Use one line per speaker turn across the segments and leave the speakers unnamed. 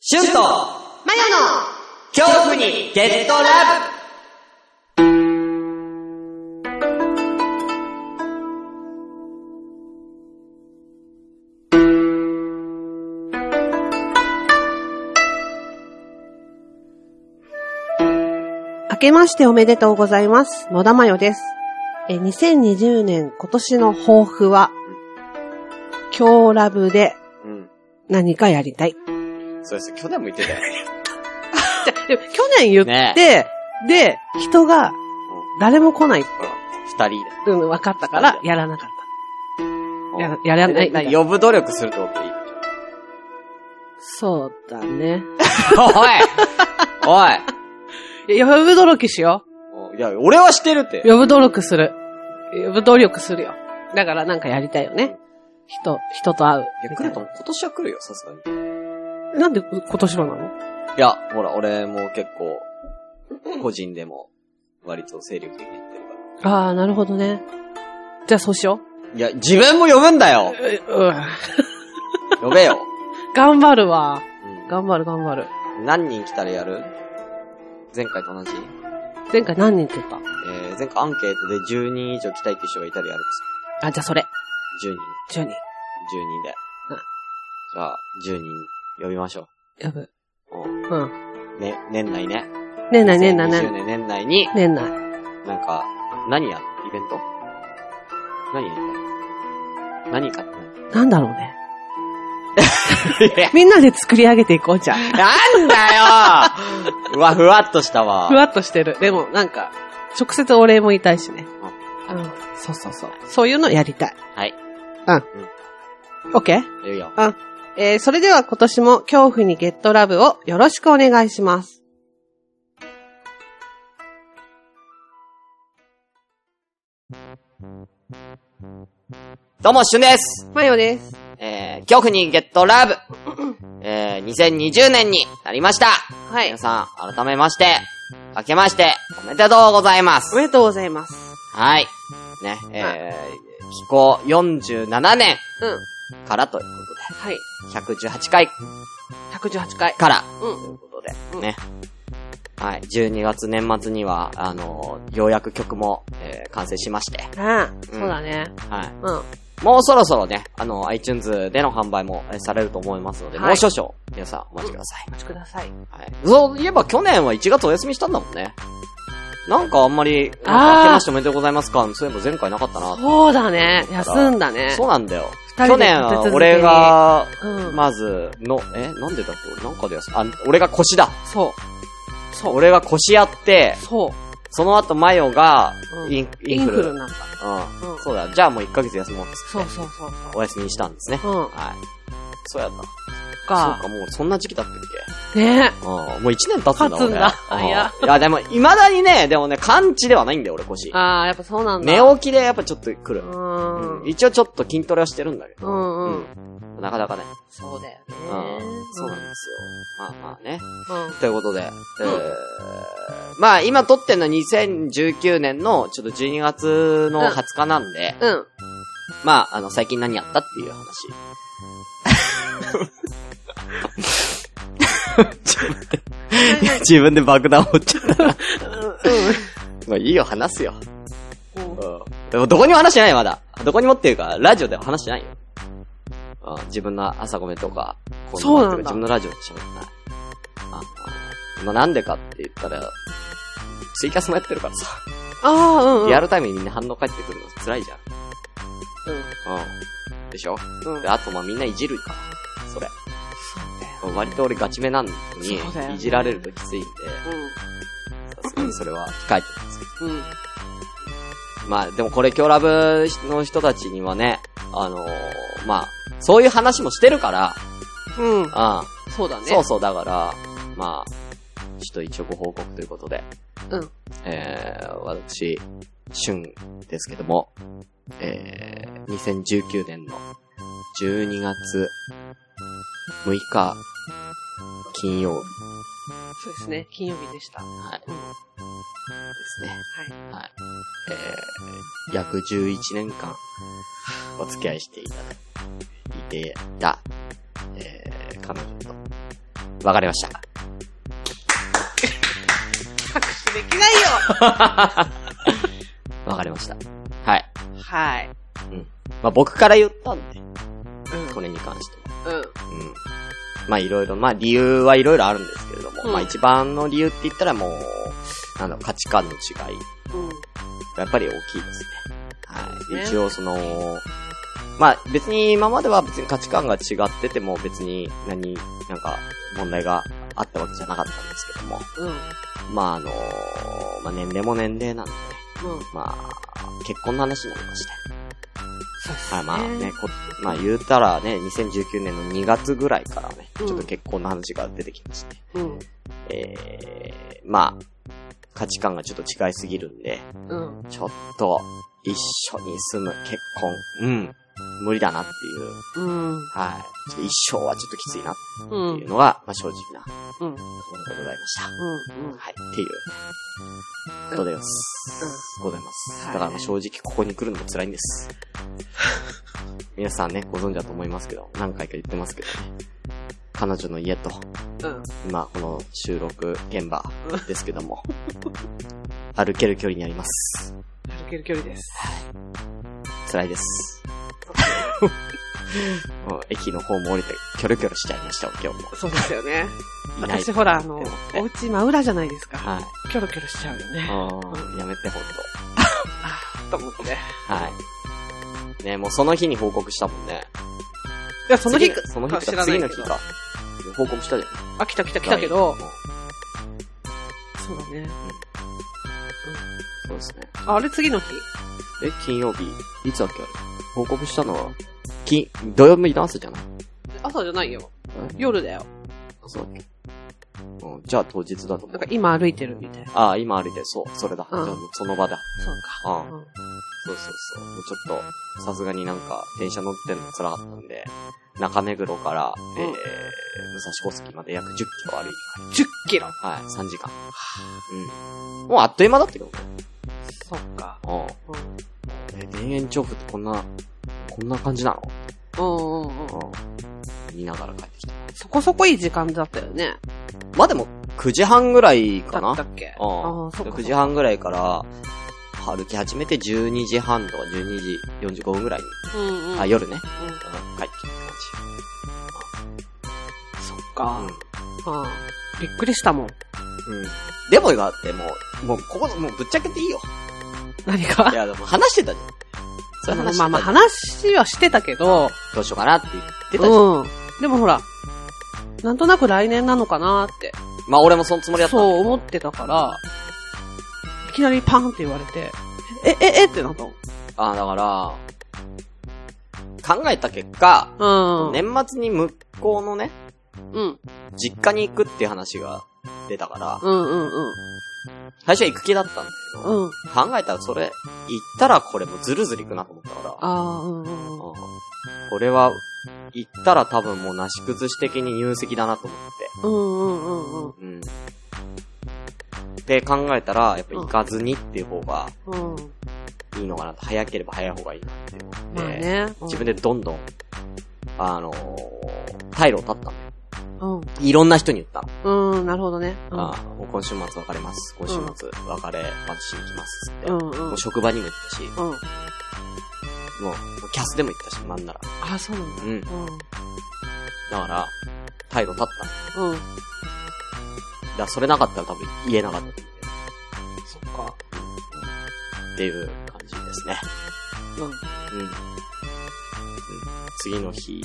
シュンと
マヨの
恐怖にゲットラ
明けましておめでとうございます。野田真代です。え、2020年今年の抱負は、今日ラブで
ブうん。
何かやりたい。
そうです。去年も言ってたよ。
じゃ、でも去年言って、
ね
で、人が誰も来ないっ
二人で。
ていうの分かったから、やらなかっやらやらない
でんか呼ぶ努力すると思っていい。
た。そうだね。
おい
いや呼ぶ努力しよ
おいいや、俺はしてるって
う。。呼ぶ努力する。呼ぶ努力するよ。だからなんかやりたいよね。人、人と会う
いや、
み
来
たい
ると思う今年は来るよ、さすがに。い
な。なんで今年はなの
や、ほら、俺も結構、個人でも、割と精力的にやってるか
ああ、なるほどね。じゃあそうしよ
ら。いや、自分も呼ぶんだよ
う。うん。
呼べよ。
頑張るわ。
う
頑張る頑張る。
ん、何人来たらやる前回と同じ
前回何人って言った
えー、前回アンケートで10人以上来たいって人がいたらやるっ
あ、じゃあそれ。
つよ。10人。
10
10人
人。
で。
うん
じゃあ、10人呼びましょ
やぶ。
う。うん
うん。
ね、年内ね。
年内年内
2020
年内。
年年内に、
年内。
なんか、何や、イベント何やりたい何かって
なんだろうね。
何
みんなで作り上げていこうじゃん。
なんだようわ、ふわっとしたわ。
ふわっとしてる。でもなんか、直接お礼も言いたいしね。うん。
そうそうそう。
そういうのやりたい。
はい。
オッケー
いいよ。
えー、それでは今年も恐怖にゲットラブをよろしくお願いします。
どうも、しゅんです
マヨです。
えー、恐怖にゲットラブえー、2020年になりました
は
皆。さん、改めまして、明けまして、おめでとうございます
おめでとうございます。
はい。ね、えー、気候47年
うん。
からという
はい。
ことで、118回
118回。
から
うん
ということで、
うん
ね。はい、12月年末には、あのーようやく曲も、えー完成しまして、
ああ、そうだね。
は
うん。
い。もうそろそろね、あの、iTunes での販売も、えーされると思いますので、
はい
もう少々、皆さんお待ちください。
お待ちください。
はい。そういえば去年は1月お休みしたんだもんね。なんかあんまり、なん
あー
か明けましておめでとうございますかそういえば前回なかったな。
そうだね。休んだね。
そうなんだよ。去
二人で
年は
立て続けに
俺が、
うん。
まず、の、え、なんでだっけ俺なんかでやす、あ、俺が腰だ。
そう。そう。
俺が腰やって、
そ
その後マヨが
う、ん
イン、
う。イ
イン
ン
フ
フ
ル。
ルになった。
うん。
うん
そうだ。じゃあもう1ヶ月休もうっつ
そう
って。
そうそう
お休みにしたんですね。
そう。うん。
はい。そうやった。そう
か。
か、もうそんな時期だったっけ
ね
うん。もう1年経つんだ
経つんだ
俺
あいや
うんいや、でも、未だにね、でもね、完治ではないんだよ、俺腰。
ああ、やっぱそうなんだ。
寝起きでやっぱちょっと来
う
る。
ん
うん。一応ちょっと筋トレはしてるんだけど。
うんうん
うんなかなかね。
そうだよね
うん。。そうなんですよ。まあまあね。
うん。うん
ということで、えーまあ今撮ってんの2019年のちょっと12月の20日なんで、
うん。
まああの最近何やったって いう話。 いや自分で爆弾落ちちゃった。まあいいよ、話すよ。
うん。
うん。でもどこにも話してないよまだ。どこにもっていうか、ラジオでは話してないよ。うん、自分の朝ごめんとか、こ
そうなんだ
自分のラジオで喋ってない。ああまあなんでかって言ったら、ツイキャスもやってるからさ、
ああ、うん。
リア
る。
ルタイムにみんな反応返ってくるの辛いじゃん。うん。でしょ
うん。うん
で、。あとまあみんないじるから、それ。割と俺ガチめなのに
そうだよ、ね
いじられるときついんで、さすがにそれは控えてますけど。
うん。うん。
まあ、でもこれ、今日ラブの人たちにはね、あのーまあ、そういう話もしてるから、
うん。
あ
そうだ
あ
ね。
そうそう、だから、まあ、ちょっと一応ご報告ということで、
うん。
えー、私、シュンですけども、えー、2019年の12月6日、金曜日
そうですね。金曜日で した。は
はい、
うん
ですね。
い。
はい。えー、約11年間、お付き合いしていただいていた、えー、彼女と、わかりました。
拍手でき ない
わかりました。はい。
よはい。
まあ、僕から言ったんで、
うん
これに関しては。
うん。
うん。まあ、いろいろ、まあ、理由はいろいろあるんですけれども、
うん
まあ、一番の理由って言ったらもう、なんだろう、価値観の違い。
うん。
やっぱり大きいですね。はい。
ね
一応その、まあ別に今までは別に価値観が違ってても別に何、なんか問題があったわけじゃなかったんですけども、
うん。
まああの、まあ年齢も年齢なんで、
うん。
まあ結婚の話になりまして。
そうです
はい、まあね、こまあ言うたらね、2019年の2月ぐらいからね、ち
う
ょ
ん
っと結婚の話が出てきまして、
うん。
えー、まあ、価値観がちょっと違いすぎるんで、
うん。
ちょっと、一緒に住む、結婚、うん、無理だなっていう、
うん。
はい。ちょっと一生はちょっときついなっ
う
て
ん。
いうのが、まあ正直な、
う
と
ん
ころでございました。
うん。
はい。っていう、ことでございます。ございます。
は
だ
い
からまあ正直ここに来るのも辛いん です。皆さんね、ご存知だと思いますけど、何回か言ってますけどね。彼女の家と、
うん。
今この収録現場ですけど も、歩ける距離にあります。
歩ける距離です。
辛いです。 もう駅の方も降りて、キョロキョロしちゃいましたよ、今日も。
そうですよね。
いない
私。ほら、あの、お家真裏じゃないですか。
はい。
キョロキョロしちゃうよね。
うんやめて、ほん
あーと思って。い
と。はい。ねもうその日に報告したもんね。
や、その日
次、その日
知
か、
らない
次の
けど
日か。報告したじゃん。
あ、来た来た来たけ
う
ど
ん、
そうだね。
そうですね。
ああれ次の日
え、金曜日、いつだっけあれ報告したのは、金、土曜日の朝じゃない
朝じゃないよ。
え
夜だよ。
そうだっけうん、じゃあ当日だと思
な
うん
か。今歩いてるみたいな。
ああ、今歩いてる、そう、それだ。
うん
じゃあその場だ。
そう
うん
か。。うん。
そうそうそう。もうちょっと、さすがになんか、電車乗ってんの辛かったんで、中目黒から、えー、武蔵小関まで約10キロ歩いて帰る。
10キロ。
はい、3時間。うん。もうあっという間だったけどね。
そっか。
うん。
うん。
え、田園調布ってこんな、こんな感じなの
うんうんうん。
うん。見ながら帰ってきた。
そこそこいい時間だったよね。
まあでも、9時半ぐらいか
だ
な
ったっけ
うん
ああ、そっか。
9時半ぐらいから、歩き始めて12時半とか12時45分ぐらいに、
うんうん。
あ、夜ね、
うん
うん帰ってきた感じ。
そっ
う
か
ん。
うん。びっくりしたもん。
うん。でもがあって、もう、もう、ここ、もうぶっちゃけていいよ。
何か
いや、でも話してたじゃん。そういう話してたじ
ま
ゃ
あ
ん
まあ話はしてたけど、
どうしようかなって言ってたじゃん。
うん。でもほら、なんとなく来年なのかなって、
まあ俺もそのつもりだった。
そう思ってたから、いきなりパンって言われて、え、え、えってなった
あ、だから、考えた結果、
の。うん。。
年末に向こうのね、
うん。
実家に行くっていう話が出たから、
うんうんうん。
最初は行く気だったんだけど、
うん。
考えたらそれ、行ったらこれもうずるずる行くなと思ったから、
ああ、うんうんうん。
うんこれは、行ったら多分もうなし崩し的に入籍だなと思って。
うんうんうんうん。
うん。って考えたら、やっぱ行かずにっていう方が
うん。
いいのかなと、早ければ早い方がいいなって思って、
まあね。
自分でどんどん、あのー、退路を立ったの。
うん。
いろんな人に言ったの。
うん。うん、なるほどね。うん
あーもう今週末別れます。今週末別れ話しに行きますっつって。
うん
も
うん
う。職場にも行ったし、
うん。
もうもうキャスでも行ったし、なんなら。
あ、そうなんだ。
うん。だから、退路立ったの。だ
うん。うん。
からそれなかったら多分言えなかったんで
そっか。
っていう感じですね。
うん。
うん。うん次の日、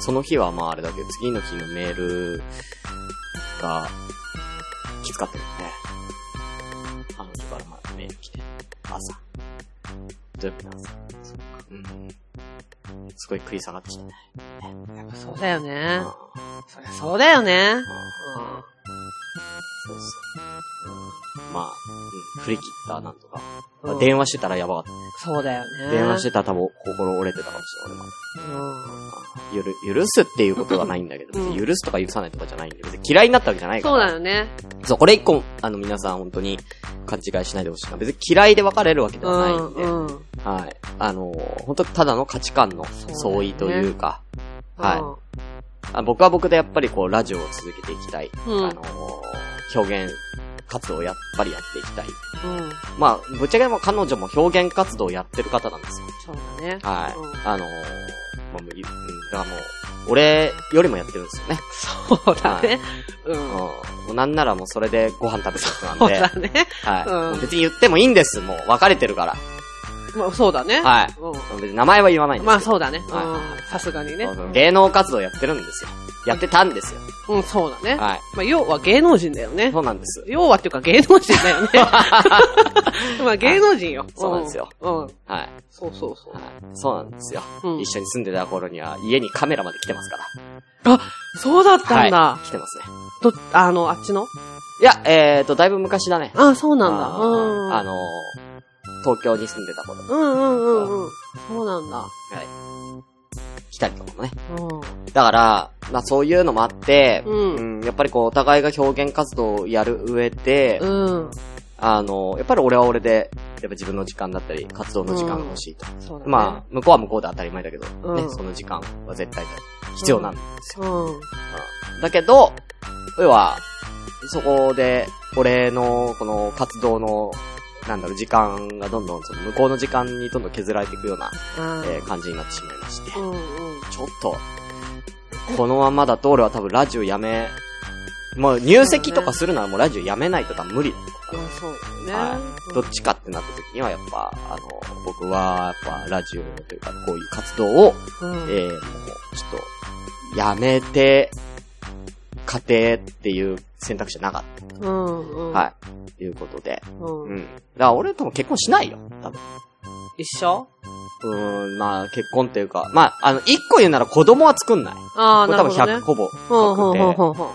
その日はまああれだけど、次の日のメールが、きつかったよね。彼女からまあメール来て、朝。土曜日の朝。うん。すごい食い下がってきたね。
やっぱそうだよ
う
ね
ん。
そりゃそうだよね。
そうそう。まあ、うん、振り切ったなんとか。
う
ま
ん
あ
うん
電話してたらやばかっ
そうだよね。
た。電話してたら多分心折れてたかもしれない。俺も
うん。
ゆる、許すっていうことがないんだけど、別
うん
に許すとか許さないとかじゃないんで、別に嫌いになったわけじゃないか
そう
ら。
だよね。
そうこれ一個、あの皆さん本当に勘違いしないでほしいな。別に嫌いで別れるわけで
う
はない
ん
んで、
うん。
はい。あのー、本当ただの価値観の
そうだよね
相違というか、はい
うん
あ僕は僕でやっぱりこう、ラジオを続けていきたい。
うん
あのー表現活動をやっぱりやっていきたい。
うん。
まあ、ぶっちゃけでも彼女も表現活動をやってる方なんですよ。
そうだね。
はい。
うん
あのー、まあ、無理、うん、だからもう、俺よりもやってるんですよね。
そうだね。うん。
うん。
そ
もうなんならもうそれでご飯食べてる 人なん
う
で、
だね。
はい。
うん
もう別に言ってもいいんです、もう。別れてるから。
まあ、そうだね。
はい。
う
別に名前は言わないん
ん。
です
まあ、
けど。
そうだね。う
はい
ん。さすがにね。
そうそう芸能活動やってるんですよ。やってたんですよ。
うん、そうだね。
はい。
まあ、要は芸能人だよね
そ。うなんです。
要はっていうか芸能人だ よね。まあ、芸能人よ。
そうなんですよ。
うん。
はい。
そうそうそ
はい。そうなんですよ。
う。うん
一。緒に住んでた頃には家にカメラまで来てますから。
そうだったんだ
は。い。来てますね。
ど、あの、あっちの
いや、えーと、だいぶ昔だね。
あ、そうなんだ。
あー
うん。
あのー、東京に住んでた頃。
うんうんうんうん。そうなんだ。
来たりとかもね。
うん。
だから、まあそういうのもあって、
うん
うん、やっぱりこう、お互いが表現活動をやる上で、
うん。
あの、やっぱり俺は俺で、やっぱ自分の時間だったり、活動の時間が欲しいと。
そうだね。
まあ、向こうは向こうで当たり前だけど、
うん
ね、その時間は絶対必要なんですよ。
うん。
だけど、要は、そこで、俺の、この活動の、なんだろう、時間がどんどん、その向こうの時間にどんどん削られていくような、
あ
えー感じになってしまいまして。
ーうんうん。
ちょっと、このままだと俺は多分ラジオやめ、もう入籍とかするならもうラジオやめないと多分無理。
まあ、そうだよね
は。い。どっちかってなった時にはやっぱ、あの、僕はやっぱラジオというかこういう活動を、
うん
えー、もうちょっと、やめて、家庭っていう選択肢はなかっ
うんうん。
た。はい。いうことで。
うん
うん。だから俺多分結婚しないよ。多分。
一緒
うーん、まあ結婚っていうか、まあ、あの、一個言うなら子供は作んない。
ああ、
これ
な
多
る
分
ほど
100、
ね。
ほぼ
うんうん
確定
うんう
う
んうん
ん。だか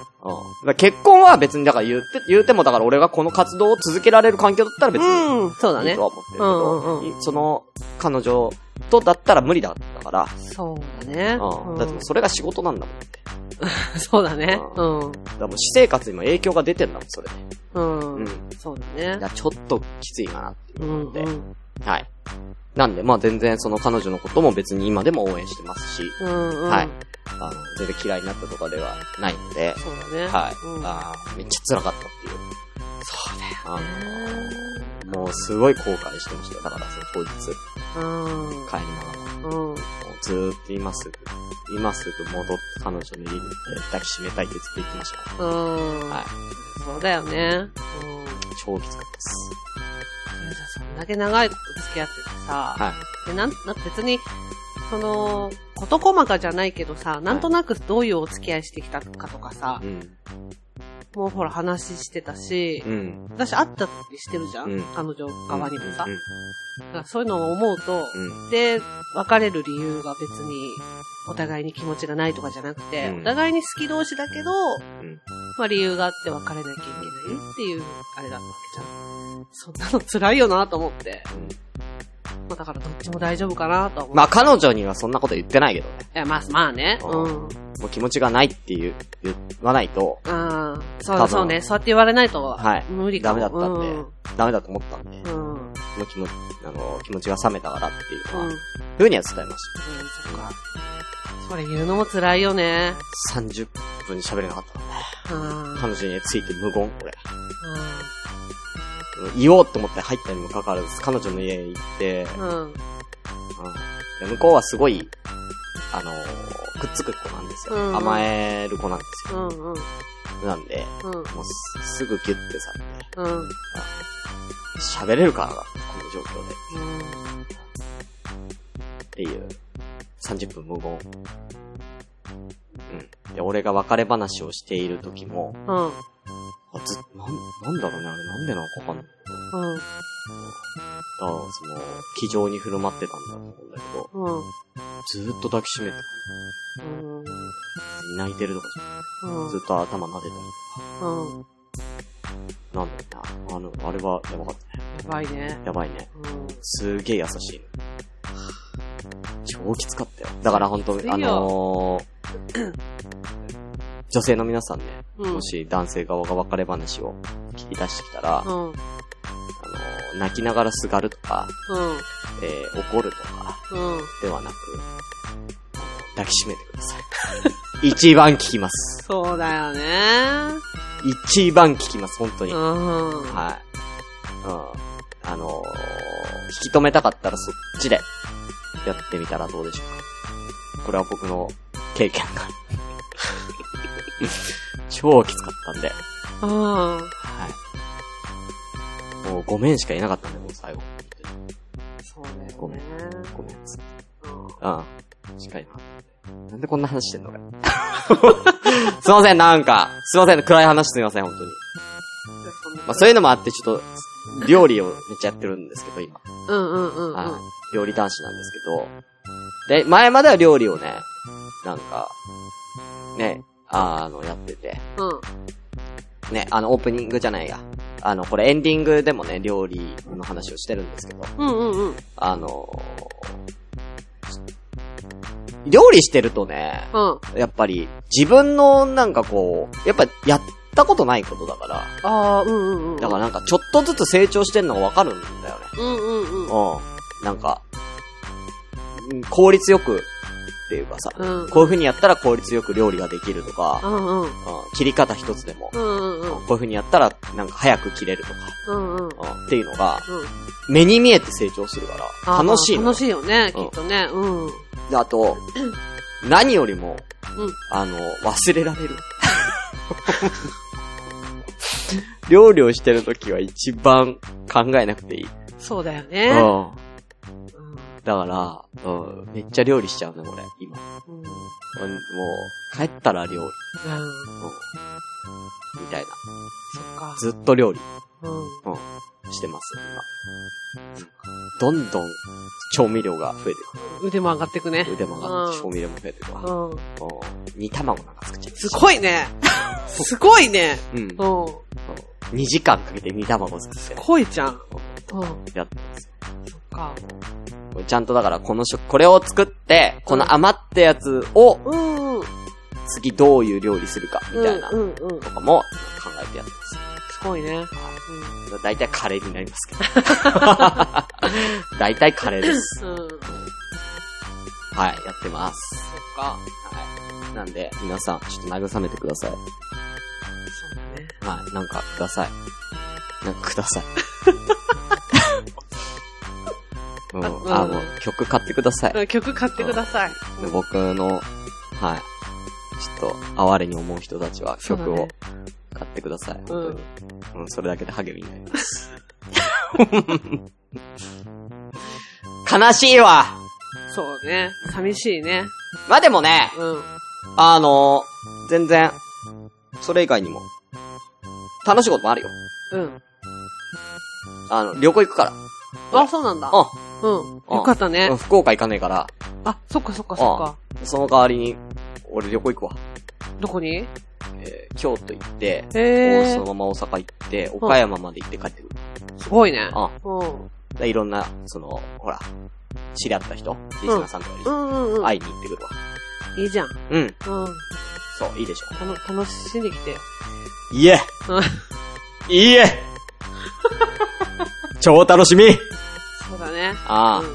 ら結婚は別に、だから言って、言うても、だから俺がこの活動を続けられる環境だったら別に
うん、そうだ
いい
ね
と。は思ってるけ
うん
ど、
うん
いその、彼女とだったら無理だったから、
そうだね。
うん。だってもう
う
それが仕事なんだもんって。
んそうだね。
う
うん。
だからもう私生活にも影響が出てんだもん、それで。
う
うんん。だ。か
そうだね。
らちょっときついかなっていう
う
こ
ん
とで。
うん。
はい。なんで、まあ全然その彼女のことも別に今でも応援してますし、
うんうん。
はい。あの、全然嫌いになったとかではないので、
そうだね。
はい。
うん
あーめっちゃ辛かったっていう。
そうだよ。
あのもうすごい後悔してましたよ。だから、その当日、
うん。
帰りながら。も
うん。
うずーっと今すぐ、今すぐ戻って彼女の家に行って抱きしめたいってずっと言ってましたから。
うん。
はい。
そうだよね。うん。
超きつかったです。
そんだけ長いこと付き合っててさ、
は
でなんな別に、その、事細かじゃないけどさ、なんとなくどういうお付き合いしてきたかとかさ
い。、うん。
もうほら話してたし、
うん。
私会ったりしてるじゃん、
うん
彼女側にもさ。
うん。
だからそういうのを思うと、
うん。
で、別れる理由が別に、お互いに気持ちがないとかじゃなくて、
うん
お互いに好き同士だけど、
ん
まあ理由があって別れなきゃいけないっていう、あれだったわけじゃん。そんなの辛いよなと思って。
うん
まあだからどっちも大丈夫かなとは思う。
まあ彼女にはそんなこと言ってないけどね。
いや、まあ、まあね。
う
うん。
もう気持ちがないっていう、言わないと、
ああ、そ
多
う、
分
そうね。そうやって言われないと、
はい
無理かも。
ダメだったんでダメだと思ったんで、
うん。うん。うん。
もう気持ち、あの、気持ちが冷めたからっていうのは、
うん、
ふうには伝えまし
そっか。それ言うのも辛いよね。
た。30分喋れなかったからね。
うん。
彼女について無言、俺。
う
言おうと思って入ったにもかかわらず、彼女の家に行って、
ん。うん。
うん、で向こうはすごい、あのーくっつく子なんですよ。
うんうん
甘える子なんです
う
よ。
ん。うん。
なんで、
うん。
もうすすぐギュッてされて、
うん。
喋れるかな、この状況で。っていう、30分無言。うん。で、俺が別れ話をしている時も、
うん。
あずなん、なんだろうね、あれなんでなのかわかんない。
うん。
だから、その、気丈に振る舞ってたんだと思うんだけど、
うん。
ずーっと抱きしめて、
うん。
泣いてるとかじゃ
うん。
なくずっと頭撫でたり
うん。
なんだろうな。あの、あれはやばかったね。
やばいね。
やばいね。
うん。
すげえ優しい。超きつかったよ。だから本当
きついよ
あのー、女性の皆さんね、
うん。
もし男性側が別れ話を聞き出してきたら、あ
うん。うん。
のー、泣きながらすがるとか、
うん。
えー怒るとか
うん。
ではなく、あの抱きしめてくだ さい。一番聞きます。
そうだよね。
一番聞きます、本当に。
う
はい。
ん。
うん。あのー、引き止めたかったらそっちで、やってみたらどうでしょうか。これは僕の経験が。 超きつかったんで。
うん。
はい。もう5面しかいなかったんで、もう最後。
そうだよね。
ごめん5面です。
うん
うん。しっかりな。なんでこんな話してんのかよ すいません、なんか。すいません、暗い話すみません、本当に。まあそういうのもあって、ちょっと、料理をめっちゃやってるんですけど、今。
うんうんうんうん。
はい。料理男子なんですけど。で、前までは料理をね、なんか、ね、あの、やってて。
うん。
ね、あの、オープニングじゃないや。あの、これエンディングでもね、料理の話をしてるんですけど。
うんうんうん。
あの料理してるとね、
うん。
やっぱり自分のなんかこう、やっぱやったことないことだから、
ああ、うんうんうん。
だからなんかちょっとずつ成長してんのがわかるんだよね。
うんうんうん。
うん。なんか、うん効率よくっていうかさ、
うん。
こういう風にやったら効率よく料理ができると
う
か、
んうん。
うん、切り方一つでも、
う
こ
んうんう。
うんいう風にやったらなんか早く切れると
うんうん。
か、うん、っていうのが、
うん
目に見えて成長するから、
あー
楽しいのよ
楽しいよね、き
うん
っとね。うん。うん。
であと、 何よりも、
うん
あの、忘れられる。料理をしてるときは一番考えなくていい。うん。
そうだよね。うん
だから、うん、めっちゃ料理しちゃうね、俺、今。
うん。
うんもう、帰ったら料理。
うん。
うん、みたいな。
そっか。
ずっと料理
うん。
してます、今。どんどん調味料が増えて
腕も上がってくね
く。。腕も上がって
うん
調味料も増えてくわ。うん
うん。
煮卵なんか作っちゃう。
すごいね。 すごいね。
うん。
うん。
2時間かけて煮卵作って
濃いじゃん。うん。
やってます。
そっか。
これちゃんとだからこの食、これを作って、この余ったやつを
うん。うん。
次どういう料理するかみたいな
う
と
んうん。
かも考えてやって
すごいね。
ます。だいたいカレーになり ますけど。だいたいカレーです。
うん。うん。そっ
はい、やってます。
か。
はい。なんで、皆さん、ちょっと慰めてください。
そうだね。
はい、なんかください。なんかくだ さい。うん、あ、もう曲買ってください。
うん曲買ってください。
で僕の、はい。ちょっと、哀れに思う人たちは
そうだ
曲
ね
を買ってください。本当に。うん、それだけで励みになります。 悲しいわ
そうね。寂しいね。
まあでもね、
うん。
あの全然、それ以外にも、楽しいこともあるよ。
うん。
あの、旅行行くから。
あ、そうなんだ。
う
うん。よかったね
んうん。。福岡行かねえから、
あ、そっかそっかそっか。
その代わりに、俺旅行行くわ。
どこに
えー京都行って、
へ
そ
ー
のまま大阪行って、岡山まで行って帰ってくる。
すごいね。
あ
うん。
でいろんな、その、ほら、知り合った人、リスナーさんと
う
か
んうんう
に
ん。
会いに行ってくるわ。
いいじゃん。
うん。
うん。
そう、いいでしょ
たの楽しんできて。
う。いえ
うん
いいえ 超楽しみ
そうだね。
ああ、
うん。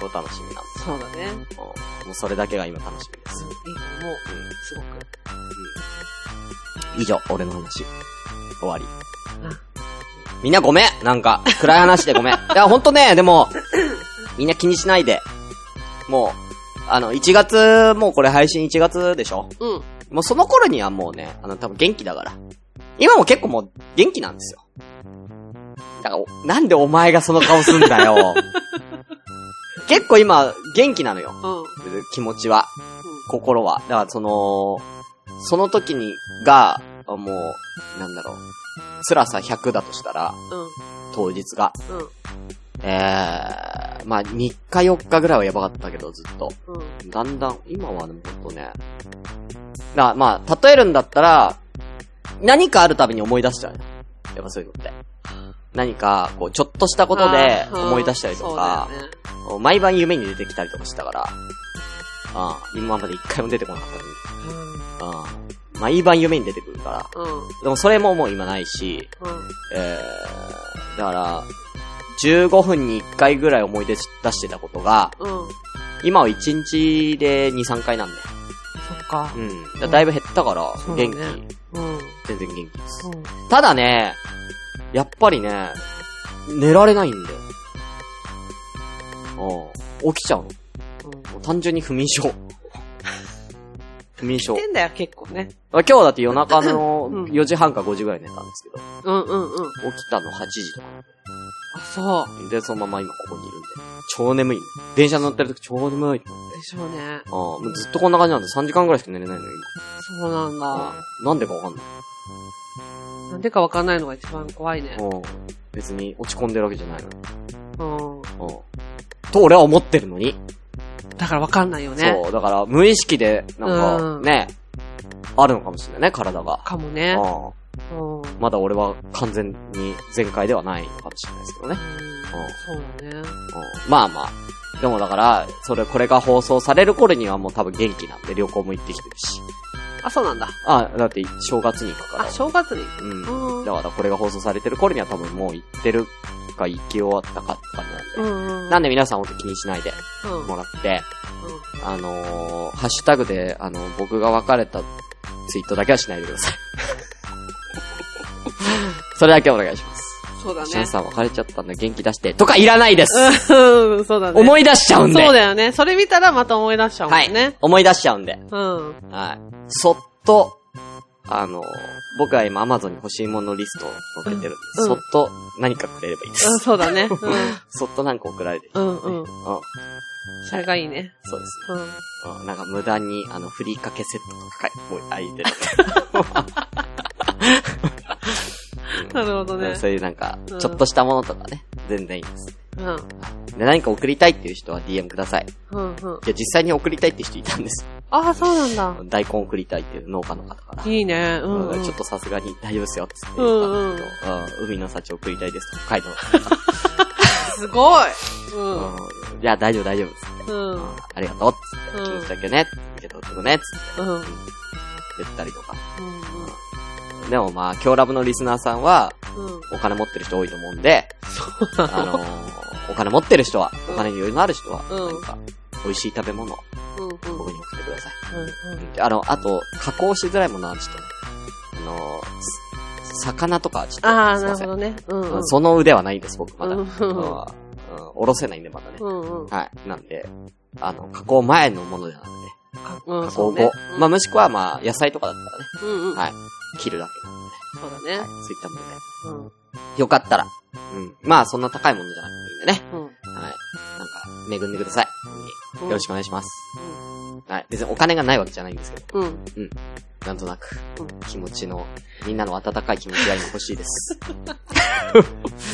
超楽しみなんで
そうだね。
すよ。もうそれだけが今楽しみです。
いいと思う。すごく。
以上、俺の話。終わり
うん。
みんなごめんなんか、暗い話でごめん。いや、ほんとね、でも、みんな気にしないで。もう、あの、1月、もうこれ配信1月でしょ
うん。
もうその頃にはもうね、あの、多分元気だから。今も結構もう元気なんですよ。だからお、なんでお前がその顔すんだ よ。結構今、元気なのよ。
うん。
気持ちは、心は。だからその、その時に、が、あもう、なんだろう。辛さ100だとしたら、
うん。
当日が。
うん。
えー、まあ、3日4日ぐらいはやばかったけど、ずっと。
うん。
だんだん、今はでもほんとね。な、まあ、例えるんだったら、何かあるたびに思い出しちゃうよ。やっぱそういうのって。何か、こう、ちょっとしたことで
あーうん
思い出したりとか、
そうだよね
毎晩夢に出てきたりとかしたから、ああ今まで一回も出てこなかったのに、ああ毎晩夢に出てくるから、
うん。うん。
でもそれももう今ないし、
うん。
えー、だから、15分に1回ぐらい思い出し出してたことが、
うん。
今は1日で2、3回なんで。
そっか
う。ん。だだいぶ減ったから、
そうだ
元
ね
気、
うん。うん。
全然元気です。ただね、やっぱりね、寝られないんだよ。うん。起きちゃうの。
うん。
単純に不眠 症。不眠症
寝。てんだよ、結構ね。
今日だって夜中の
うん
4時半か5時ぐらい寝たんですけど、
うんうんうん。
起きたの8時とか。
あ、そう。
で、そのまま今ここにいるんで。超眠い。電車乗ってる時超眠い。
でしょうね。
ああ、もうずっとこんな感じなんで3時間ぐらいしか寝れないのよ、
そうなん
今。
だ。
うんなんでかわかんない。
なんでかわかんないのが一番怖いね。
うん。別に落ち込んでるわけじゃないの
うん。
うん。と俺は思ってるのに。
だからわかんないよね。
そう。だから、無意識で、なんか、
うん
ね、あるのかもしれないね、体が。
かもね。
うん。
うん。うん
まだ俺は完全に全開ではないのかもしれないですけどね。
そうだね。
うん、まあまあ。でもだから、それ、これが放送される頃にはもう多分元気なんで旅行も行ってきてるし。
あ、そうなんだ。
あ、だって正月に行くから
あ、。正月に。
うん。
うん。
だからこれが放送されてる頃には多分もう行ってるか行き終わったかって感じなんで。
うん。
なん
で
で皆さん本当気にしないで
うん。うん
もらって、あのー、ハッシュタグで、あの、僕が別れたツイートだけはしないでくだ さい。それだけお願いします。
そうだ
しゅ
ね
ん。さん別れちゃったんだ、元気出して。とかいらないです、
うん、 そうだね。
思い出しちゃうんで。
そうだよね。それ見たらまた思い出しちゃうも
はい
んね。。
思い出しちゃうんで。
うん。
はい。そっと、あの、僕は今 Amazon に欲しいものリストを載っけてるんで、
うん
そっと何かくれればいいで
うん、
す。
そう だね。
そっと何か送られてきて、
う
ね。
ん、う
う
ん、うん。
ん。
それがいいね。
そうですね。
うん。
うん。なんか無駄に、あの、ふりかけセットとか書いて、あ、いてる。
なるほど
うん
ね。
そういうなんか、ち
う
ょ
ん
っとしたものとかね、全然いいです。
うん、うん、
で、何か送りたいっていう人は DM ください。
うん。
いや、実際に送りたいって人いたんです。
ああ、そうなんだ。
大根送りたいっていう農家の方から。
いいね。うん、うん。
ちょっとさすがに大丈夫ですよっつって言ったんだけど、うん海の幸送りたいですとか書いても
すごい。うん、
らって、うんいや、大丈夫大丈夫っつって、
うん、うん
あ、ありがとうっつって、気にしなきゃね、受け取ってくねっつって
うん、うん。
言ったりとか。でもまあ、今日ラブのリスナーさんは、お金持ってる人多いと思うんで、
そう
あ
なの
のー、お金持ってる人は、お金に余裕のある人は、
うん
なんか、美味しい食べ物を
うん、うん、うん、
僕に送ってください。
うん。
あの、あと、加工しづらいものはちょっとね、あのー、す魚とか、ちょっと、
ああ、
すい
な
ま
る
せ
ほ
ん
どね。うん、
う
うん
ん。その腕はないんです、僕まだ。
う
うんんおろせないんで、まだね
う。ん、うん。
はい。なんで、あの、加工前のものでなんで、
うん、
加
そ
工
うね
後。まあ、
うん、
もしくは、まあ、野菜とかだったらね、
うん、うん。
はい切るだけなん
そうだ
で、
ね
はい。、そういったもので。
うん、
よかったら、うん。まあ、そんな高いものじゃなくていいんでね。
うん。
はい。なんか、恵んでください。
うん
よろしくお願いします。はい。別にお金がないわけじゃないんですけど、
うん。
なんとなく
うん、
気持ちの、みんなの温かい気持ちが今欲しいです。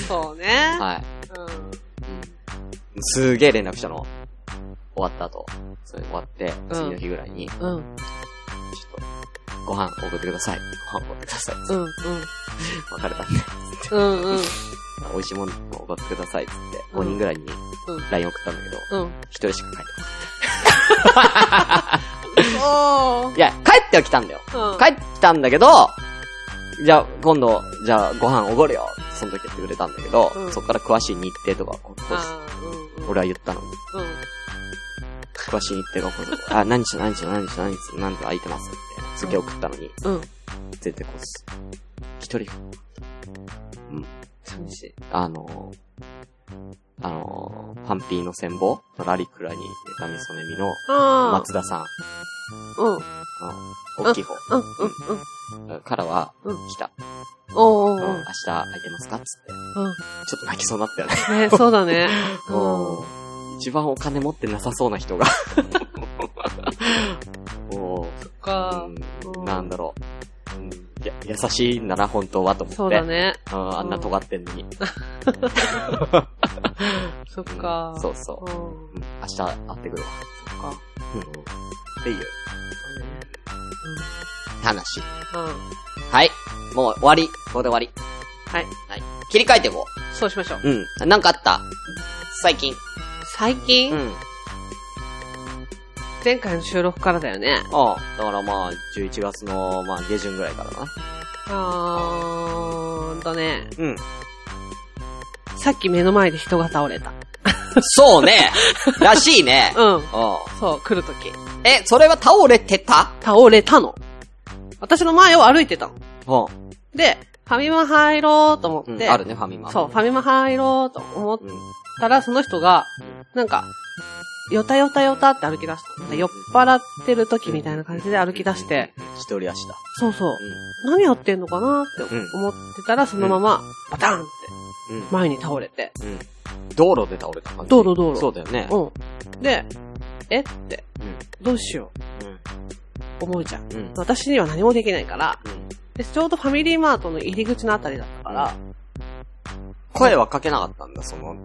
そうね。
はい。
うん。
うんすげえ連絡したの。終わった後。それ終わって、次の日ぐらいに、
うん、
ちょっと、ご飯送ってください。ご飯送ってください。
うん、
別れたんで。
うん、うん、
美味しいものを送ってください。つって、5人ぐらいに LINE 送ったんだけど、
うん。
1人しか帰ってこない。
おー。
いや、帰っては来たんだよ。
うん。
帰ってきたんだけど、じゃあ、今度、じゃあ、ご飯おごるよ。その時言ってくれたんだけど、
うん
そっから詳しい日程とか、こう
あーうんうん
俺は言ったのに、
うん。
詳しい日程がこう、あ、何日の何日の何日の何日の何日空いてますって、すげえ送ったのに、
うん。
全然こうす、一人、
寂しい。
あのー、あのー、パンピーの戦法のラリクラに、ネタミソネミの
あ
松田さん、
あ。うん。うん。
大きい方
うん。うん。
からは、
うん
来た。
お
うん
ー
明
おー
日空いてますかつって。
おー。
ちょっと泣きそうになったよね。
うん。ね、そうだね。うん
もう、一 番お金持ってなさそうな人が。 も
そっ
う、
か。
う、
うんん
なんだろう。うん、や優しいんだな、本当は、と思って。
そうだね。
うんあんな尖ってんのに。
そっか。
うん。そうそうう。
ん。
うん明日会ってくるわ。
そっか。
うん、っていう
そうね
話。
うん。うん。
はい。もう終わり。これで終わり。
はい。
はい。切り替えていこ
そうしましょう。
う。うん。なんかあった最近。
最
う
近
ん。
前回の収録からだよね。
ああ。だからまあ、11月の、まあ、下旬ぐらいからかな。
あーんとね。
うん。
さっき目の前で人が倒れた。
そうね。らしいね。
うん。
う
そう、来るとき。
ん。え、それは倒れてた
倒れたの。私の前を歩いてたの。
うん。
で、ファミマ入ろうと思
う
っ
ん
て、
あるね、ファミマ。
そう、ファミマ入ろうと思っ
うん。
たら、その人が、なんか、よたよたよたって歩き出した。
うん
酔っ払ってる時みたいな感じで歩き出して、
うん。一人足だ。
そうそう、何やってんのかなって
うん
思ってたら、そのまま、バタンって
うん。うん。
前に倒れて、
道路で倒れた感じ。
道路道路
そうだよね。
うん。で、えって、
うん
どうしよ
うん。
う、思うじゃん。
うん。うん。
私には何もできないから、でちょうどファミリーマートの入り口のあたりだったから、
声はかけなかったんだ、その、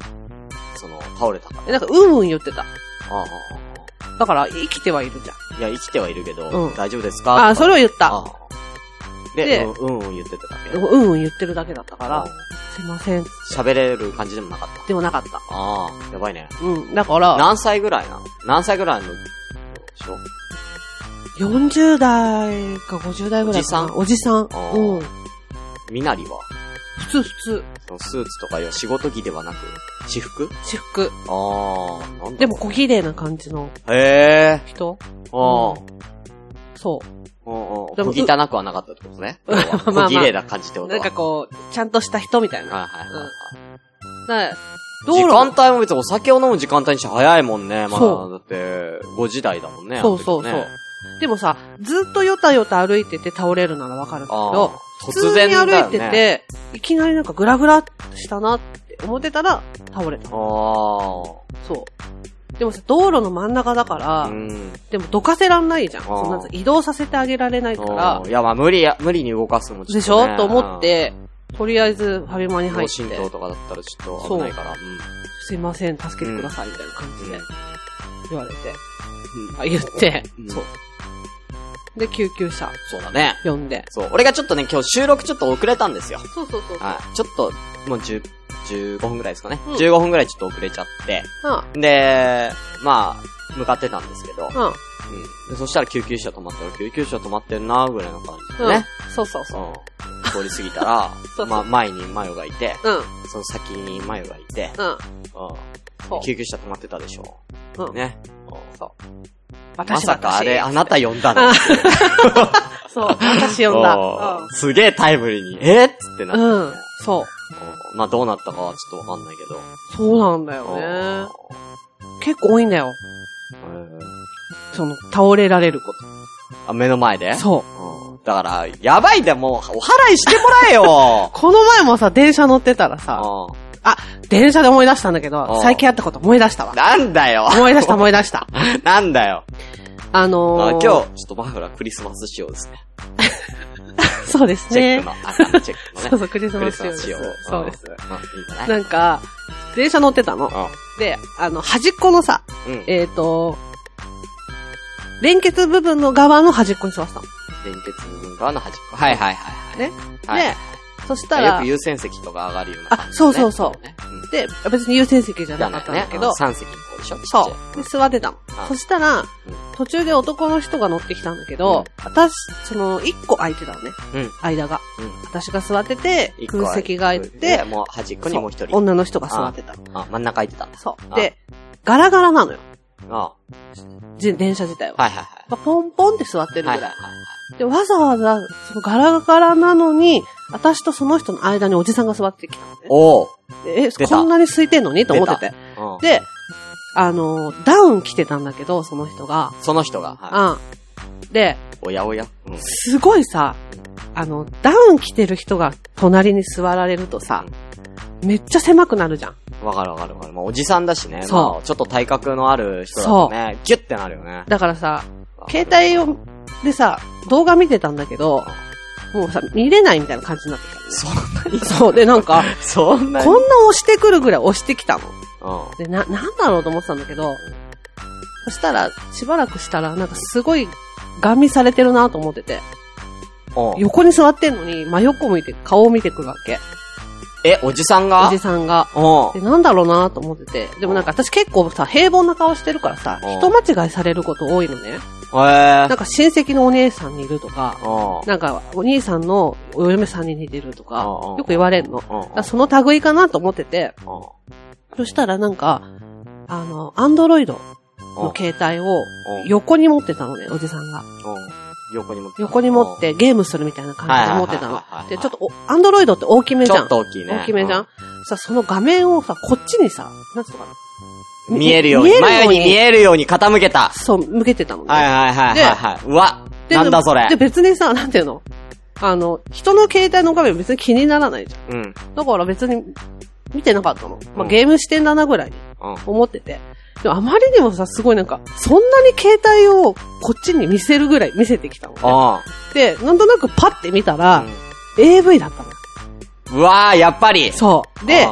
その、倒れたから。
でなんか、うんうん言ってた。
あああ
だから、生きてはいるじゃん。
あ。いや、生きてはいるけど、
うん
大丈夫ですか
ああ、それ
を
を言った。
ああで、
で
うん、うん、言ってただけ。
うんうん言ってるだけだったから、すいません。
喋れる感じでもなかった。
でもなかった。
ああ、やばいね。
うん。だから、
何歳ぐらいなの何歳ぐらいの、しょ
40代か50代ぐらいかな。おじさん。
あー
うん。
みなりは、
普通普通。
そのスーツとかいう仕事着ではなく、私服
私服。
ああ、なんだろう
でも小綺麗な感じの
へえ。
人
ああ。
そ
おうおう
でも
小汚くはなかったってことね。
うん
要は
まあま
小
あ
綺麗な感じって
う。
こと
な
は。
んかこう、ちゃんとした人みたいな。
はいはいはいはい。
だ道
時
路
間帯も別にお酒を飲む時間帯にして早いもんね。ま
そ
だ、だって、5時台だもんね。
そうそう
あの時
そ
ね
う。でもさ、ずっとよたよた歩いてて倒れるならわかるんだけ
あ
ど
あ、、
普
突
通
然
に
だよ
歩
ね。
いてて、いきなりなんかグラグラしたなって思ってたら倒れた。
あ
そう。でもさ、道路の真ん中だから、
あ。うん。
でもどかせらんないじゃん。
あー
そんなさ移動させてあげられないから
うん、いや、まあ無理や、無理に動かすのもちょ
で
っ
しょ
とね。
と思って、とりあえずファミマに
うん。
入
脳
っ
震
て
盪、とかだったらちょっと危ないから。うん。
すいません、助けてください、みたいな感じで
うん
言われて、
うん
あ、言って、
うん
そう。で、救急車
そうだね。
呼んで。
そう。俺がちょっとね、今日収録ちょっと遅れたんですよ。
そうそうそう。。
はいい。ちょっと、もう10、15分ぐらいですかね。
うん
15分ぐらいちょっと遅れちゃって。で、まあ、向かってたんですけど。
うん。
うん。でそしたら救急車止まって、俺救急車止まってるなーぐらいの感じで
うん。
ね。
そうそうそう。
うん。通り過ぎたら、
そうそう
まあ、前にマヨがいて、
うん。うん。
その先にマヨがいて、うん。
そう。
救急車止まってたでしょ。
うん
ね。そう。ま
私
さかあれ、あなた呼んだ
あ
の
そう、私呼 んだ。
うんすげえタイムリーに、えーっつってなっ
う
て、
ん。うん。そう。
うんまあどうなったかはちょっとわかんないけど。
そうなんだよね。結構多いんだよ。
うん
その、倒れられるこ
あ、目の前で
と。そう。
うんだから、やばいでもう、お払いしてもらえ よ
この前もさ、電車乗ってたらさ、
う
電車で思い出したんだけ
あ
ど
あ、
最近あったこと思い出したわ
ん。。なんだよ
思い出した思い 出した。
なんだよ
あのー、
あ今日、ちょっとマフラークリスマス仕様ですね。
そうです
チェッ
ね
ク。の、赤のチェックのね。
そうそう、クリス
ク
マ
リ
ス
ス
仕様
マ
で
ス
す
仕様。。
そうです。
うん。いいんじゃない
なんか、電車乗ってたの。で、あの、端っこのさ、
うん。うん。
えっ、と、連結部分の側の端っこに座ってたの。
連結文化の端っこ。はいはいはいはい。
ね
はい。
で、そしたら、
よく優先席とか上がるような感じ、ね。
あそうそうそう
ね。
で、別に優先席じ
う
ゃ
ん。じゃ
なか
な
っ
い
た
ねけ
んだ。けど、
ど、3席の方でしょ
そう。で、座ってたの
あ。
そしたら
うん、
途中で男の人が乗ってきたんだけど、私、その、一個空いてたのね。
うん
間が。
うん
私が座ってて、
一個
空席が空いてて、
もう端っこにもう一
そう
人。
女の人が座ってた。
あ、真ん中空いてたんだ。
そ
あ
う。で、ガラガラなのよ。
あ
じ電車自体は。
はいはいはい。
まあポンポンって座ってるぐ
は
ら
い
い。
はい
で、わざわざ、そのガラガラなのに、私とその人の間におじさんが座ってきたのね
おー。
で
出た
え、こんなに空いてんのにと思ってて。
うん、
で、あのー、ダウン着てたんだけど、その人が。
その人が、はい
うん。で、
おやおや。うん。
すごいさ、あの、ダウン着てる人が隣に座られるとさ、めっちゃ狭くなるじゃん。
わかるわかるわかる。まあ、おじさんだしね。
そう
まあちょっと体格のある人だとね、ギュッてなるよね。
だからさ、
わかる
携帯を、でさ、動画見てたんだけど、もうさ、見れないみたいな感じになってきたのね。
そんなに
そう。で、な んか、
そん
こ
なに
んな押してくるぐらい押してきたの。
うん。
で、な、なんだろうと思ってたんだけど、そしたら、しばらくしたら、なんかすごい、ガン見されてるなと思ってて、
うん。
横に座ってんのに、真横向いて、顔を見てくるわけ。
え、おじさんが
おじさんが。
う
で、なんだろうなと思ってて。でもなんか私結構さ、平凡な顔してるからさ、
うん
人間違いされること多いのね。
ん。へえ
なん。か親戚のお姉さんにいるとか、
うん。
なんかお兄さんのお嫁さんに似てるとか、
うんうん
よく言われんの。だか
うん。
らその類かなと思ってて、
うん
そしたらなんか、あの、アンドロイド
お
の携帯を
お
横に持ってたのね、おじさんが。
お横に持って。
横に持っ。てゲームするみたいな感じで持ってた
はいはいはいはいは
の。
い
で、ちょっとお、アンドロイドって大きめ
ち
じゃ
ょっ
ん。
と大きいね。
大きめじゃん。さ、その画面をさ、こっちにさ、なんつうのか
う
な。
ん見えるように。前に見えるように傾けた。
そう、向けてたのね。
はいはいはいはいはい。うわ
で
なんだそれ
で、。別にさ、なんていうのあの、人の携帯の画面別に気にならないじゃ
うん。うん。
ん。だから別に見てなかったの。ま
う
あ、
ん
ゲームしてんだなぐらいに思ってて。でもあまりにもさ、すごいなんか、そんなに携帯をこっちに見せるぐらい見せてきたの、ね。
あ
で、なんとなくパッて見たら、
あ。
AV だったの。
うわー、やっぱり。
そう。で、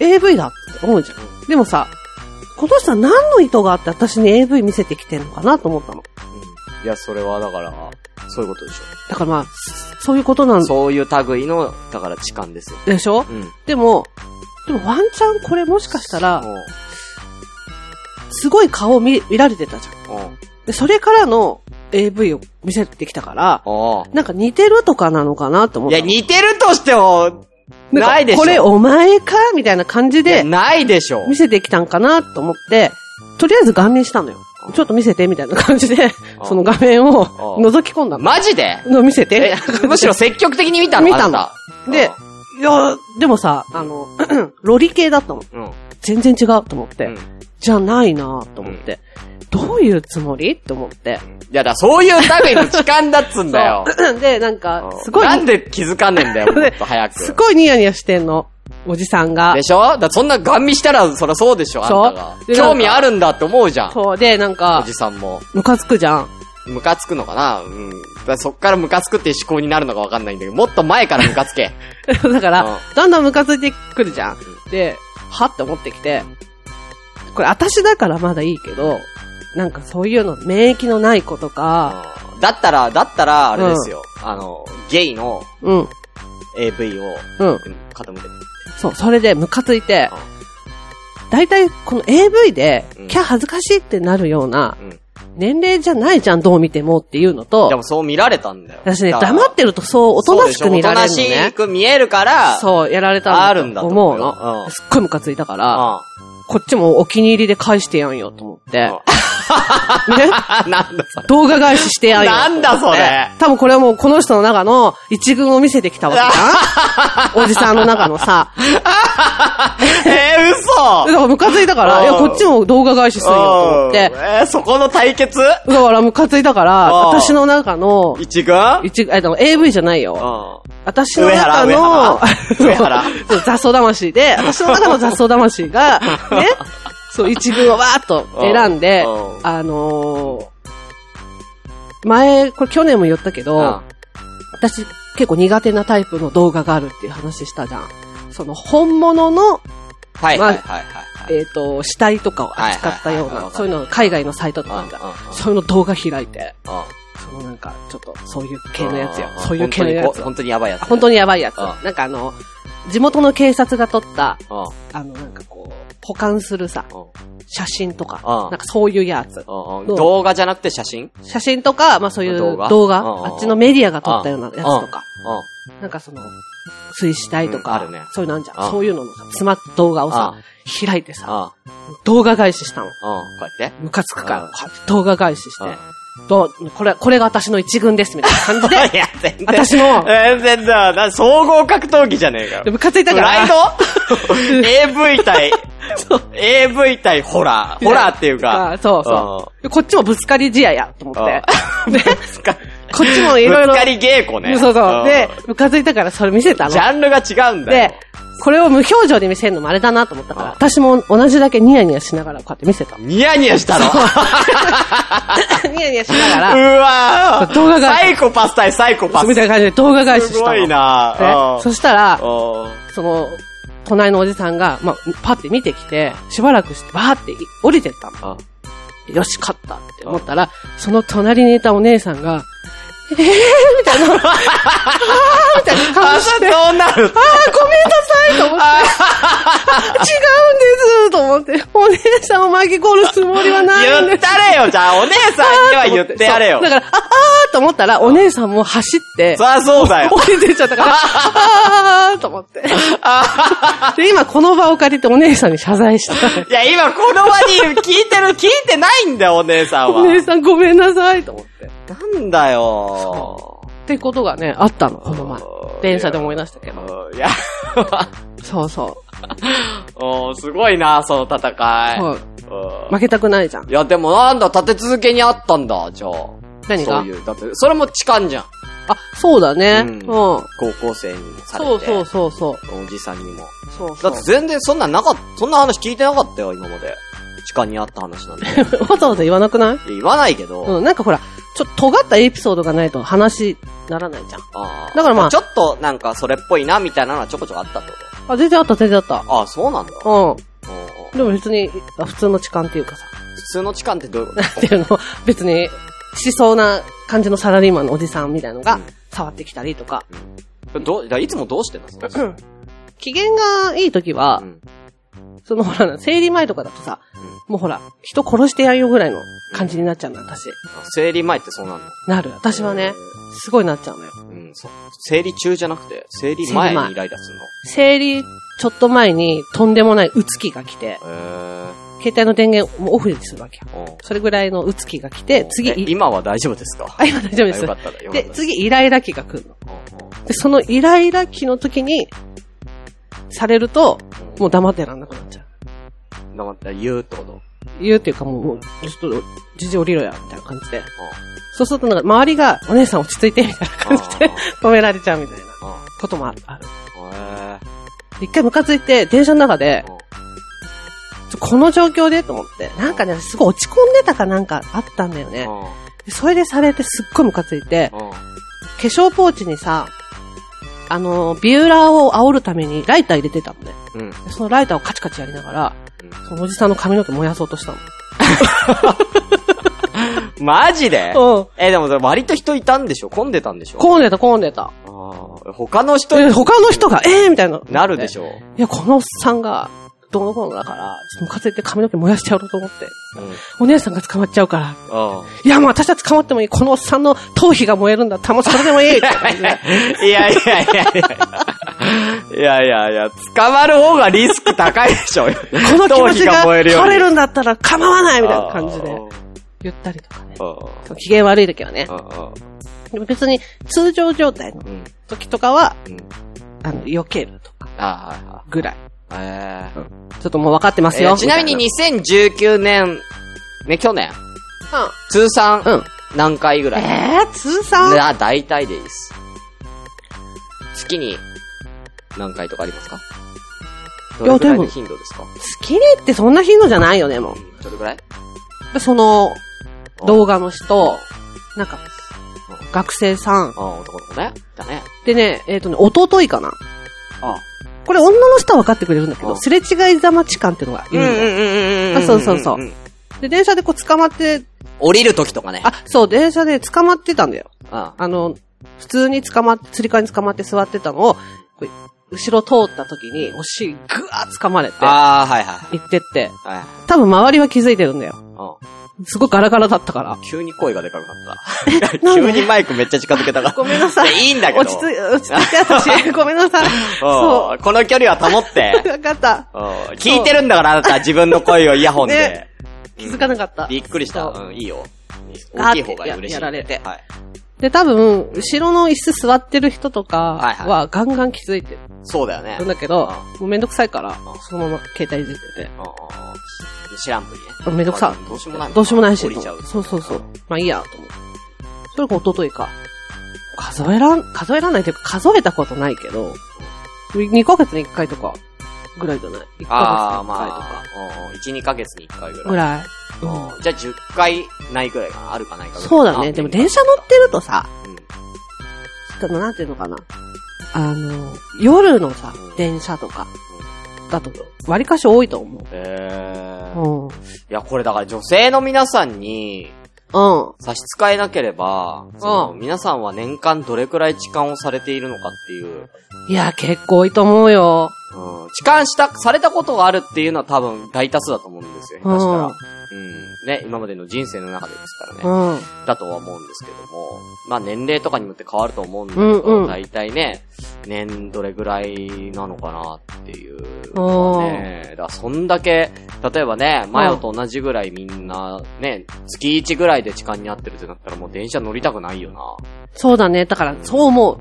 AV だって思うじゃん。でもさ、この人は何の意図があって私に AV 見せてきてんのかなと思った
う
の。
んいや、それはだから、そういうことでし
だからまあ、そういうことな
ょ。
ん
そういう類の、だから痴漢ですよ。
でしょ
うん。も
でも、でもワンチャンこれもしかしたら、すごい顔見見られてたじゃん。
うん。うん。
で、それからの AV を見せてきたから、
お
なんか似てるとかなのかなと思っ
い
た
や、
の。
似てるとしても、
んか
ないでしょ。
これお前かみたいな感じ
いや
で
ないでしょ。
見せてきたんかなと思って、とりあえず顔面したのよ。ちょっと見せてみたいな感じで、
うん
その画面を覗き込んだの。
マジで
の見せて
え。、むしろ積極的に見たの
見たの
あなた
で、いや、でもさ、あの、 ロリ系だったの。
うん。うん
全然違うと思って。
うん
じゃないなと思って。どういうつもりと思って。
いや、だからそういう類の痴漢だっつんだよ。
で、なん
う
か
ん、
すごい、
なんで気づかねえんだよ、 もっと早く。
すごいニヤニヤしてんの。おじさんが
で。しょだからそんなガン見したら、そりゃそうでしょ、あ
そうん
たが。
で
興味あるんだって思うじゃん。
そう、で、なん
お
か
じ、さんも。
ムカつくじゃん。
ムカつくのかなうん。だからそっからムカつくっていう思考になるのかわかんないんだけど、もっと前からムカつけ。
だか
うん
ら、だんだんムカついてくるじゃん。で、はって思ってきて、これ私だからまだいいけど、なんかそういうの、免疫のない子とか、
うんだったら、だったら、あれですよ。あの、ゲイの
うん、
AV を
うん。
傾けて。
そう、それでムカついて、大体この AV で
うん、
キャー恥ずかしいってなるような
うん、
年齢じゃないじゃん、どう見てもっていうのと
で、もそう見られたんだよ。
私ね、
だから
黙ってるとそう、おとなしく見られるの
そうでしょおとなし
ね。
く見えるから、
そう、やられた
あるんだと思
思
う
う
よう
の
ん。
すっごいムカついたから、
あ
こっちもお気に入りで返してやんよ、と思って。 ね
あ。なんだそれ。
動画返ししてやんよ。
なんだそ れ。
多分これはもうこの人の中の一軍を見せてきたわけじゃ んおじさんの中のさ。
えー、嘘
だからムカついたから、いや、
う
こ
ん
っちも動画返しするよと思って
うん。えー、そこの対決
だからムカついたから、
うん
私の中の、
一軍うん。
一、え、でも AV じゃないよ。私の
上原
中の、
上原
そう雑草魂で、私の中の雑草 魂が、ね、そう、一軍をわーっと 選んで
う、ん
あのー、前、これ去年も言ったけ
う
ど、私結構苦手なタイプの動画があるっていう話したじゃん。その本物の、
はいはい
ま
は
あ
いはい。
えっ、と、死体とかを扱ったよう
はいはいはいは
な、
い
そういうの海外のサイトとかあるじゃん。そういうの動画開いて、そのなんか、ちょっと、そういう系のやつよ。そういう系のやつを。
本当にやばいやつ。
本当にやばいやつ。
う
なんかあの、地元の警察が撮った、
うん。うん
あの、なんかこう、保管するさ、写真とか、
うん
なんかそういうやつ。
うんうん動画じゃなくて写真
写真とか、まあそういう
動
動
画
画、
うん
あっちのメディアが撮ったようなやつとか、
うん。
なんかその、水死体とか、
うんあるね
そういうのあんじゃん。
うん
そういうののさ、詰まった動画をさ、開いて
うん。
さ、
うん。
動画返ししたの。
こうやって。
ムカつくから
うん、
動画返しして、どうこれ、これが私の一軍です、みたいな 感じで、
いや、全然。
私の、
全然だ。な総合格闘技じゃねえかよ。
ムカついた
プ
から、
ライド ?AV 対、AV 対ホラー。ホラーっていうか。
あそうそう。でこっちもぶつかり試合や、と思って。で、
ぶつか
こっちもいろい
ぶ
ろ
つか。り稽古ね。
そうそ
ん
う。で、ムカついたからそれ見せたの
ジ。ャンルが違うんだよ。
で、これを無表情で見せるのもあれだなと思ったから、
うん。
私も同じだけニヤニヤしながらこうやって見せた
ニヤニヤしたの。
ニヤニヤしなが
う
ら、
わ
動画が
サイコパス対サイコパス。
みたいな感じで動画返しした
す
の。
ごいな
でそした
あ
ら、
ー
その、隣のおじさんが、まあ、パって見てきて、しばらくして、バーって降りてったの。
あ
よし、勝ったって思ったら、その隣にいたお姉さんが、えぇーみた いな、あーみたいな顔して、
そうなる
あーごめんなさいと思って、違うんですと思って、お姉さんを巻き込むつもりはないん
言
で
っ
す。
たれよ、じゃあ、お姉さんには言ってやれよ
そう。だから、あ、あーと思ったら、お姉さんも走って、
そりゃそうだよ。
降りてっちゃったから、あーと思って。で、今この場を借りてお姉さんに謝罪した。
いや、今この場に聞いてる、聞いてないんだよ、お姉さんは
お。姉さんごめんなさいと思って。
なんだよ。
ってことがね、あったの、この前。電車で思い出したけど。
いや、
そうそ
おーすごいな、その戦
う。
い。
そう
うん
負けたくないじゃん
い。や、でもなんだ、立て続けにあったんだ、じゃあ。
何が
そういう、だって、それも痴漢じゃん。
あ、そうだ
う
ね。うんん。
高校生にさ
そ
れ
う
て。
そうそうそう。
おじさんにも。
そう
だ
そう
って全然そんなんなかった、そんな話聞いてなかったよ、今まで。痴漢にあった話なんで。いや
わざわざ言わなくない
言わないけど。
うん、なんかほら、ちょっと尖ったエピソードがないと話ならないじゃん。
あー
だからまあ
ちょっとなんかそれっぽいな、みたいなのはちょこちょこあったってこ
あ、全然あった、全然あった。
と。ああ、そうなんだ。おう
うん。
おう
でも別に、あ普通の痴漢っていうかさ、
普通の痴漢ってどういうこ
っていうの、別に、しそうな感じのサラリーマンのおじさんみたいの
う
が
ん、
触ってきたりとか。
とどう、だからいつもどうしてんのその
うん機嫌がいい時は
う、ん
そのほら、生理前とかだとさ
うん、
もうほら、人殺してやるよぐらいの感じになっちゃうの、私。
生理前ってそうなの
なる。私はね、すごいなっちゃうのよ。
うん、そう。生理中じゃなくて、生理前にイライラするの。
生理ちょっと前にとんでもないうつきが来て、
へー
携帯の電源もオフにするわけよ。
うん
それぐらいのうつきが来て、次、
え
い
今は大丈夫ですか
あ、今大丈夫です
よか。ったら、よかっ
で
た、です。
次、イライラ期が来るの。
うんうん
で、そのイライラ期の時に、されると、もう黙ってらんなくなっちゃう。
黙って、言うって こと
言うっていうかもう、もうちょっと、じじ降りろや、みたいな感じで。そうするとなんか、周りが、お姉さん落ち着いて、みたいな感じで、止められちゃうみたいな
うんうん
こともある。ある
へ
で一回ムカついて、電車の中で
ー、うん
ちょこの状況でと思って、なんかね、すごい落ち込んでたかなんかあったんだよね。でそれでされてすっごいムカついて、
うんうん
化粧ポーチにさ、あの、ビューラーを煽るためにライター入れてたのね。
うん
でそのライターをカチカチやりながら、
うん
そのおじさんの髪の毛燃やそうとした
マジで
の。うん。
え、でもそれ割と人いたんでしょ混んでたんでしょ
こんでた、こんでた。
あー他の人
で
に
他の人が、ええー、みたいな。
なるでし
ょ。
ょ
いや、このおっさんが、どうのこうのだから、ちょっとムカついて髪の毛燃やしちゃおうと思って。
うん。
お姉さんが捕まっちゃうから。
うん
いや、もう私は捕まってもいい。このおっさんの頭皮が燃えるんだったらもうそれでも いいって感じで。
いやいやいやいや。いやいやいや、捕まる方がリスク高いでしょ。こ
この気持ちが取
より
れるんだったら構わないみたいな感じで言ったりとかね。
あー
そう機嫌悪い時はね
あ。ーあ
でも別に通常状態の
ーうん。
時とかは、
うん。
あの、避けるとか
あ
ぐらい。
あ、はいはい。え
ちょっともう分かってま
ー
す
え
よ。
ーちなみに
み
2019年、ね、去年、
たいな
通算
うん。
何回ぐらい
えー、通算
あ、大体でいいです。月に何回とかありますかど
いや
れくらい
で
の
も
頻度ですか
好きにってそんな頻度じゃないよね、も。
どれくらいう
その、動画の人
あ、
なんか、学生さん。
あ、男の子ね。だね。
でね、えっ、とね、弟いかな。
あ
これ女の人は分かってくれるんだけ
う
ど、
ん
すれ違いざま痴漢っていうのがいるのよ
ん
あそうそうそう。で、電車でこう捕まって、
降りる時とかね。
あ、そう、電車で捕まってたんだよ。
あ、
あの、普通に捕まって、釣り革に捕まって座ってたのを、こう後ろ通った時に、お尻ぐわー掴まれて、行
あーはいはい。
ってって、
はい
多分周りは気づいてるんだよ。
う
すごいガラガラだったから
ん。。急に声がでかくなった。
なん
急
で
にマイクめっちゃ近づけたから。
ごめんなさい
やいいんだけど。
落ち着い、落ち着いて、 私。ごめんなさい。
そ。
そう
この距離は保 って。
う。わかった。
うん聞いてるんだから、あなた自分の声をイヤホンで
ね。気づかなかった。
びっくりした。
そう
うん、いいよ。
あー
大きい方が嬉しい。
ややられて
はい。
で、多分、後ろの椅子座ってる人と
はい
か
はい
は、ガンガン気づいて
そうだよね。
るんだけど、
あ
もうめんどくさいから、そのまま携帯いじって
うんうんうん知らんぷりね。
て、めんどくさ。
どうしようもない。
どうしようもないし
降りちゃう。
そうそうそう。まあいいや、と思って。それが一昨日か。数えらん、数えらんないというか数えたことないけど、2ヶ月に1回とか、ぐらいじゃない ?1
ああ、
ヶ月に1回と
ま
か。
あ、1、2ヶ月に1回ぐらい。
ぐらい。
うんじゃあ10回ないぐらいかな。あるかないかぐらいかな
そうだね。でも電車乗ってるとさ、
うん
ちょっとなんていうのかな。あの、夜のさ
うん、
電車とか、だと、割かし多いと思う。
えー。い
うん。
や、これだから女性の皆さんに
うん。
差し支えなければ、その皆さんは年間どれくらい痴漢をされているのかっていう。
いや、結構多いと思うよ。
うん。痴漢した、されたことがあるっていうのは多分大多数だと思うんですよ。下手したら。うん。ね、今までの人生の中でですからね。
うん。
だとは思うんですけども、まあ年齢とかによって変わると思うんだけ
うんう
ど、
ん
大体ね、年どれぐらいなのかなっていうのはね、だからそんだけ、例えばね、マヨと同じぐらいみんな、ね、月1ぐらいで痴漢に合ってるってなったらもう電車乗りたくないよな。
そうだね。だから、そう思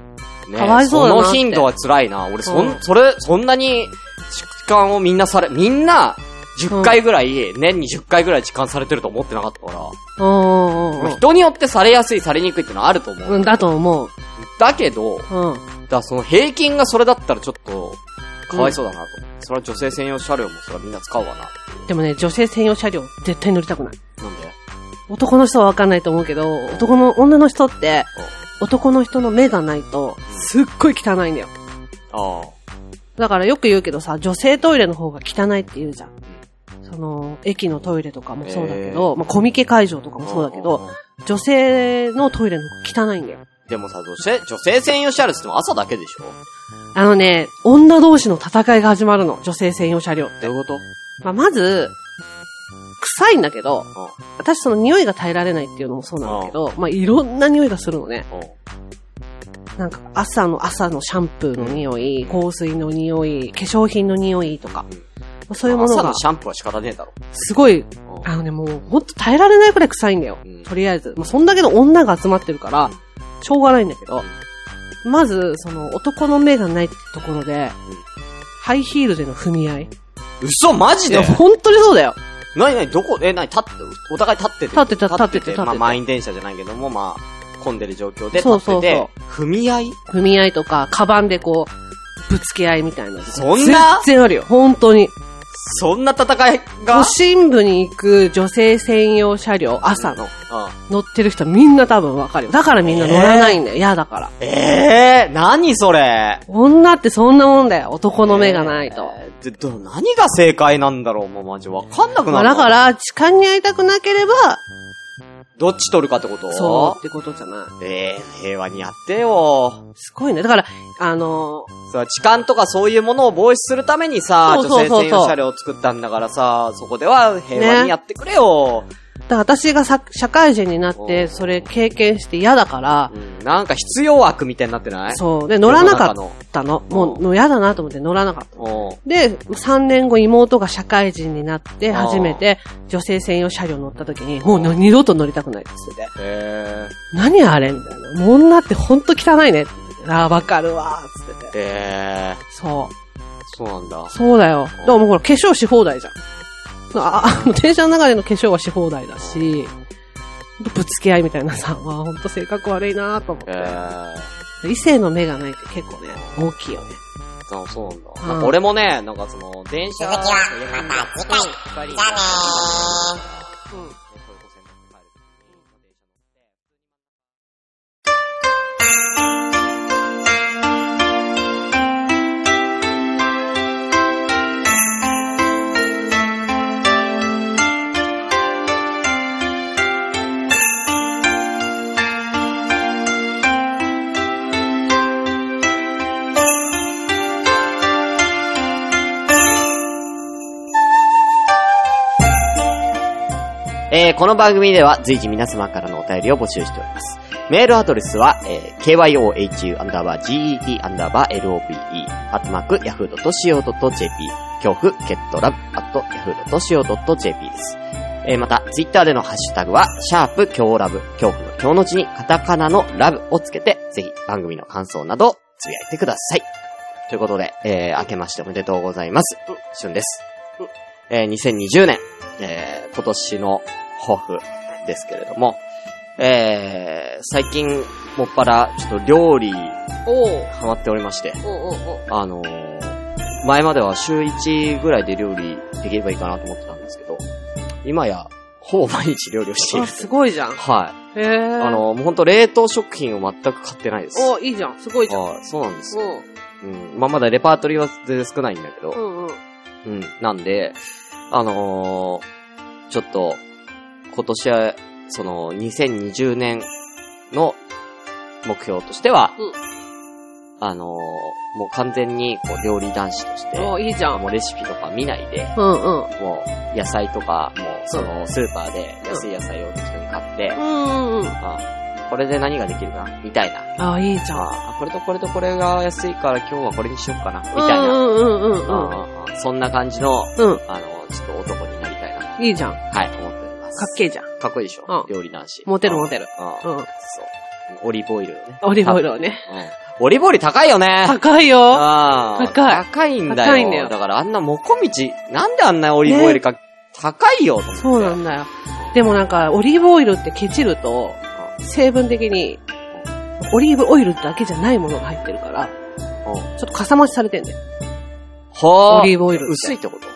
う。
ね、
かわいそうだなって
の頻度は辛いな。俺そん、
うん
それ、そんなに痴漢をみんなされ、みんな、10回ぐらい、年に10回ぐらい痴漢されてると思ってなかったから、
うんうんう
まあ
ん
人によってされやすい、されにくいってのはあると思う。
うん。うん、だと思う。
だけど、だか
うん。
らその平均がそれだったらちょっと、かわいそうだなと。それは女性専用車両もそれはみんな使うわな。
でもね、女性専用車両、絶対乗りたくない。
なんで
男の人はわかんないと思うけど、男の、女の人って、男の人の目がないと、すっごい汚いんだよ。
ああ。
だからよく言うけどさ、女性トイレの方が汚いって言うじゃん。その、駅のトイレとかもそうだけど、まあ、コミケ会場とかもそうだけど、
ん。
女性のトイレの方が汚いんだよ。
でもさ、女性、女性専用車両って言っても朝だけでしょ
あのね、女同士の戦いが始まるの。女性専用車両。
どういうこと
まあ、まず、臭いんだけど、私その匂いが耐えられないっていうのもそうなんだけど、まあ、いろんな匂いがするのね。
うん。うん。
なんか、朝の朝のシャンプーの匂い、香水の匂い、化粧品の匂いとか
うん、
まあそういうもの
朝
が
の、シャンプーは仕方ねえだろ。
すごい、
うん
あのね、もう、ほんと耐えられないくらい臭いんだよ。
うん
とりあえず。まあ、そんだけの女が集まってるから、しょうがないんだけど、まず、その、男の目がないところで、ハイヒールでの踏み合い。
嘘マジ
い
で
や、本当にそうだよ。
なになにどこえ、なに立って、お互い立ってて。
立ってた立ってて立ってて
まあ満員電車じゃないけども、まあ、混んでる状況で立
そう
ってて。
そうそ
踏
う
み合い
踏み合いとか、カバンでこう、ぶつけ合いみたいな。
そんな
全然あるよ、本当に。
そんな戦い
都
が
心部に行く女性専用車両、朝の、
うん。
乗ってる人はみんな多分わかるよ。だからみんな乗らないんだよ、嫌だから。
ええー、何それ
女ってそんなもんだよ、男の目がないと。
えーでど何が正解なんだろうもうマジわかんなく
ま
な
あ
る。
だか、ら、痴漢に会いたくなければ、
どっち取るかってこと
そうってことじゃない。
えー、平和にやってよ。
すごいね。だから、あの
それは痴漢とかそういうものを防止するためにさ、
そうそうそうそう
女性専用車両を作ったんだからさ、そこでは平和にやってくれよ。
ー、だから私がさ社会人になって、それ経験して嫌だから、
うん、なんか必要悪みたいになってない
そう。で、乗らなか
世の中
ったの。
の
もう、もう嫌だなと思って乗らなかった。
の。うん
で、3年後妹が社会人になって、
あー
初めて女性専用車両乗った時に、もう二度と乗りたくないです。
え
何あれみたいな。もう女ってほんと汚いねって言って。ああ、わかるわーっつって
ー、
て。
えー、
そう。
そうなんだ。
そうだよ。でももうほら、化粧し放題じゃん。あ、あの、電車の中での化粧はし放題だし、ほんとぶつけ合いみたいなさ、わあ、ほんと性格悪いなーと思っ
え
て。
ー、
異性の目がないって結構ね、大きいよね。
あそうなんだ。
うん
なんか俺もね、なんかその、電車
続きはまた次回。じゃあねー。
うん。
えーこの番組では随時皆様からのお便りを募集しております。メールアドレスは、えー kyohu-get-lope、アットマーク、yahoo.co.jp、恐怖、ケットラブ、アット、yahoo.co.jp です。えーまた、ツイッターでのハッシュタグは、シャープ、恐ラブ、恐怖の恐の字に、カタカナのラブをつけて、ぜひ番組の感想など、つぶやいてください。ということで、えー明けましておめでとうございます。しゅんです。えー2020年、えー今年の抱負ですけれども、えー、最近、もっぱら、ちょっと料理、ハ
おー。
マっておりまして、
おおお
あのー、前までは週1ぐらいで料理できればいいかなと思ってたんですけど、今や、ほぼ毎日料理をしてい
あ、
る。
すごいじゃん。へ
はい。
え。
あ、のー、もうほんと冷凍食品を全く買ってないです。
お、いいじゃん。すごいじゃん。
あーそうなんです。
う
うん。まあ、まだレパートリーは全然少ないんだけど、
ん。うん
う
うん。
ん。なんで、あのーちょっと、今年は、その、2020年の目標としては、
うん
あのーもう完全に、こう、料理男子として、
お
も
いいじゃん。
うレシピとか見ないで、
うんうん。
もう、野菜とか、もう、その、スーパーで安い野菜を適当に買って
う、んうんうん。
あ、これで何ができるかなみたいな。
あ、いいじゃん。
あ、これとこれとこれが安いから今日はこれにしようかなみたいな。
うんうんうんうんうん。
あーそんな感じの、
うん。
あの、ちょっと男になりたいなと、
いいじゃん。か
はい、思っております。
っけえじゃん。
かっこいいでしょ、
うん
料理男子。
モテる
うん
モテる。
あー
うん。
そう。オリーブオイルをね。
オリーブオイルをね。
うん。オリーブオイル高いよね
高いよ。
あー
高い
高いんだよ。
高いんだよ
だからあんなもこみち、なんであんなオリーブオイルか、高いよと思って。
そうなんだよ。でもなんか、オリーブオイルってケチると、成分的に、オリーブオイルだけじゃないものが入ってるから、
うん。うん
ちょっとかさ増しされてんだよ。
はあ。
オリーブオイルって
薄いってこと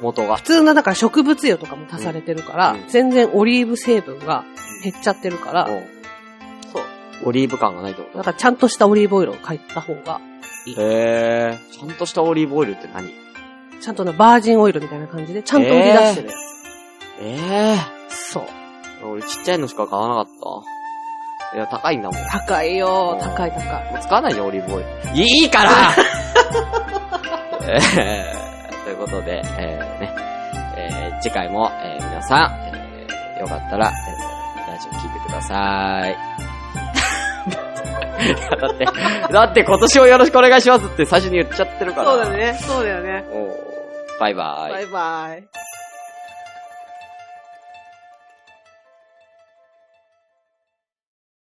元が
普。通のだから植物油とかも足されてるから、
うん
全然オリーブ成分が減っちゃってるから、
うん
そう。
オリーブ感がないってこと
だからちゃんとしたオリーブオイルを買った方が、
へえ。ちゃんとしたオリーブオイルって何
ちゃんとね、バージンオイルみたいな感じで、ちゃんと売り出してるや
ええ
つ。そう。
俺ちっちゃいのしか買わなかった。いや、高いんだもん。も
高い
う、
よ
ん
高い高い。
う使わないじゃん、オリーブオイル。いいから えーということで、えー、ね、えー、次回も、えー、皆さん、えー、よかったら、えー、ラジオ聞いてください。い やだって、だって今年をよろしくお願いしますって最初に言っちゃってるから。
ね、そうだよね。
おー。バイバイ。
イバイ。